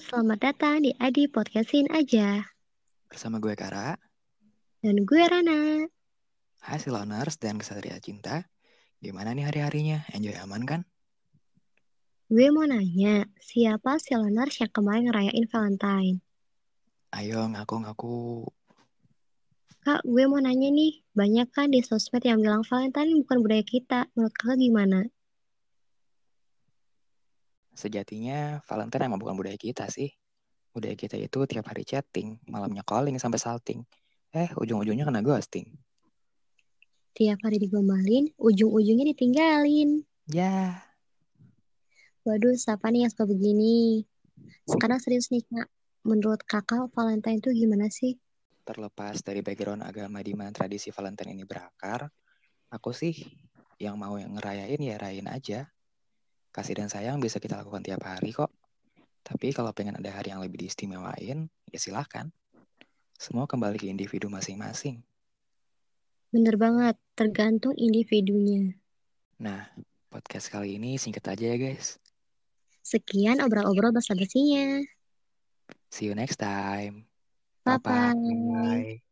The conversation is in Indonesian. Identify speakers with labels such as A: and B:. A: Selamat datang di Adi Podcastin aja.
B: Bersama gue Kara,
A: Dan gue Rana.
B: hasil honors dan kesatria cinta. Gimana nih hari-harinya? Enjoy aman kan?
A: Gue mau nanya, siapa Siloners yang kemarin ngerayain Valentine?
B: Ayo ngaku-ngaku.
A: Kak, gue mau nanya nih, banyak kan di sosmed yang bilang Valentine bukan budaya kita. Menurut kakak gimana?
B: Sejatinya Valentine emang bukan budaya kita sih. Budaya kita itu tiap hari chatting, malamnya calling sampai salting. Eh, ujung-ujungnya kena ghosting.
A: Tiap hari digombalin, ujung-ujungnya ditinggalin.
B: Ya,
A: Waduh, siapa nih yang suka begini? Sekarang serius nih, Kak. Menurut kakak, Valentine tuh gimana sih?
B: terlepas dari background agama di mana tradisi Valentine ini berakar, aku sih yang mau yang ngerayain ya rayain aja. Kasih dan sayang bisa kita lakukan tiap hari kok. Tapi kalau pengen ada hari yang lebih diistimewain, ya silahkan. Semua kembali ke individu masing-masing.
A: Bener banget, tergantung individunya.
B: Nah, podcast kali ini singkat aja ya guys.
A: Sekian obrol-obrol basa-basinya.
B: See you next time.
A: Bye-bye.
B: Bye-bye.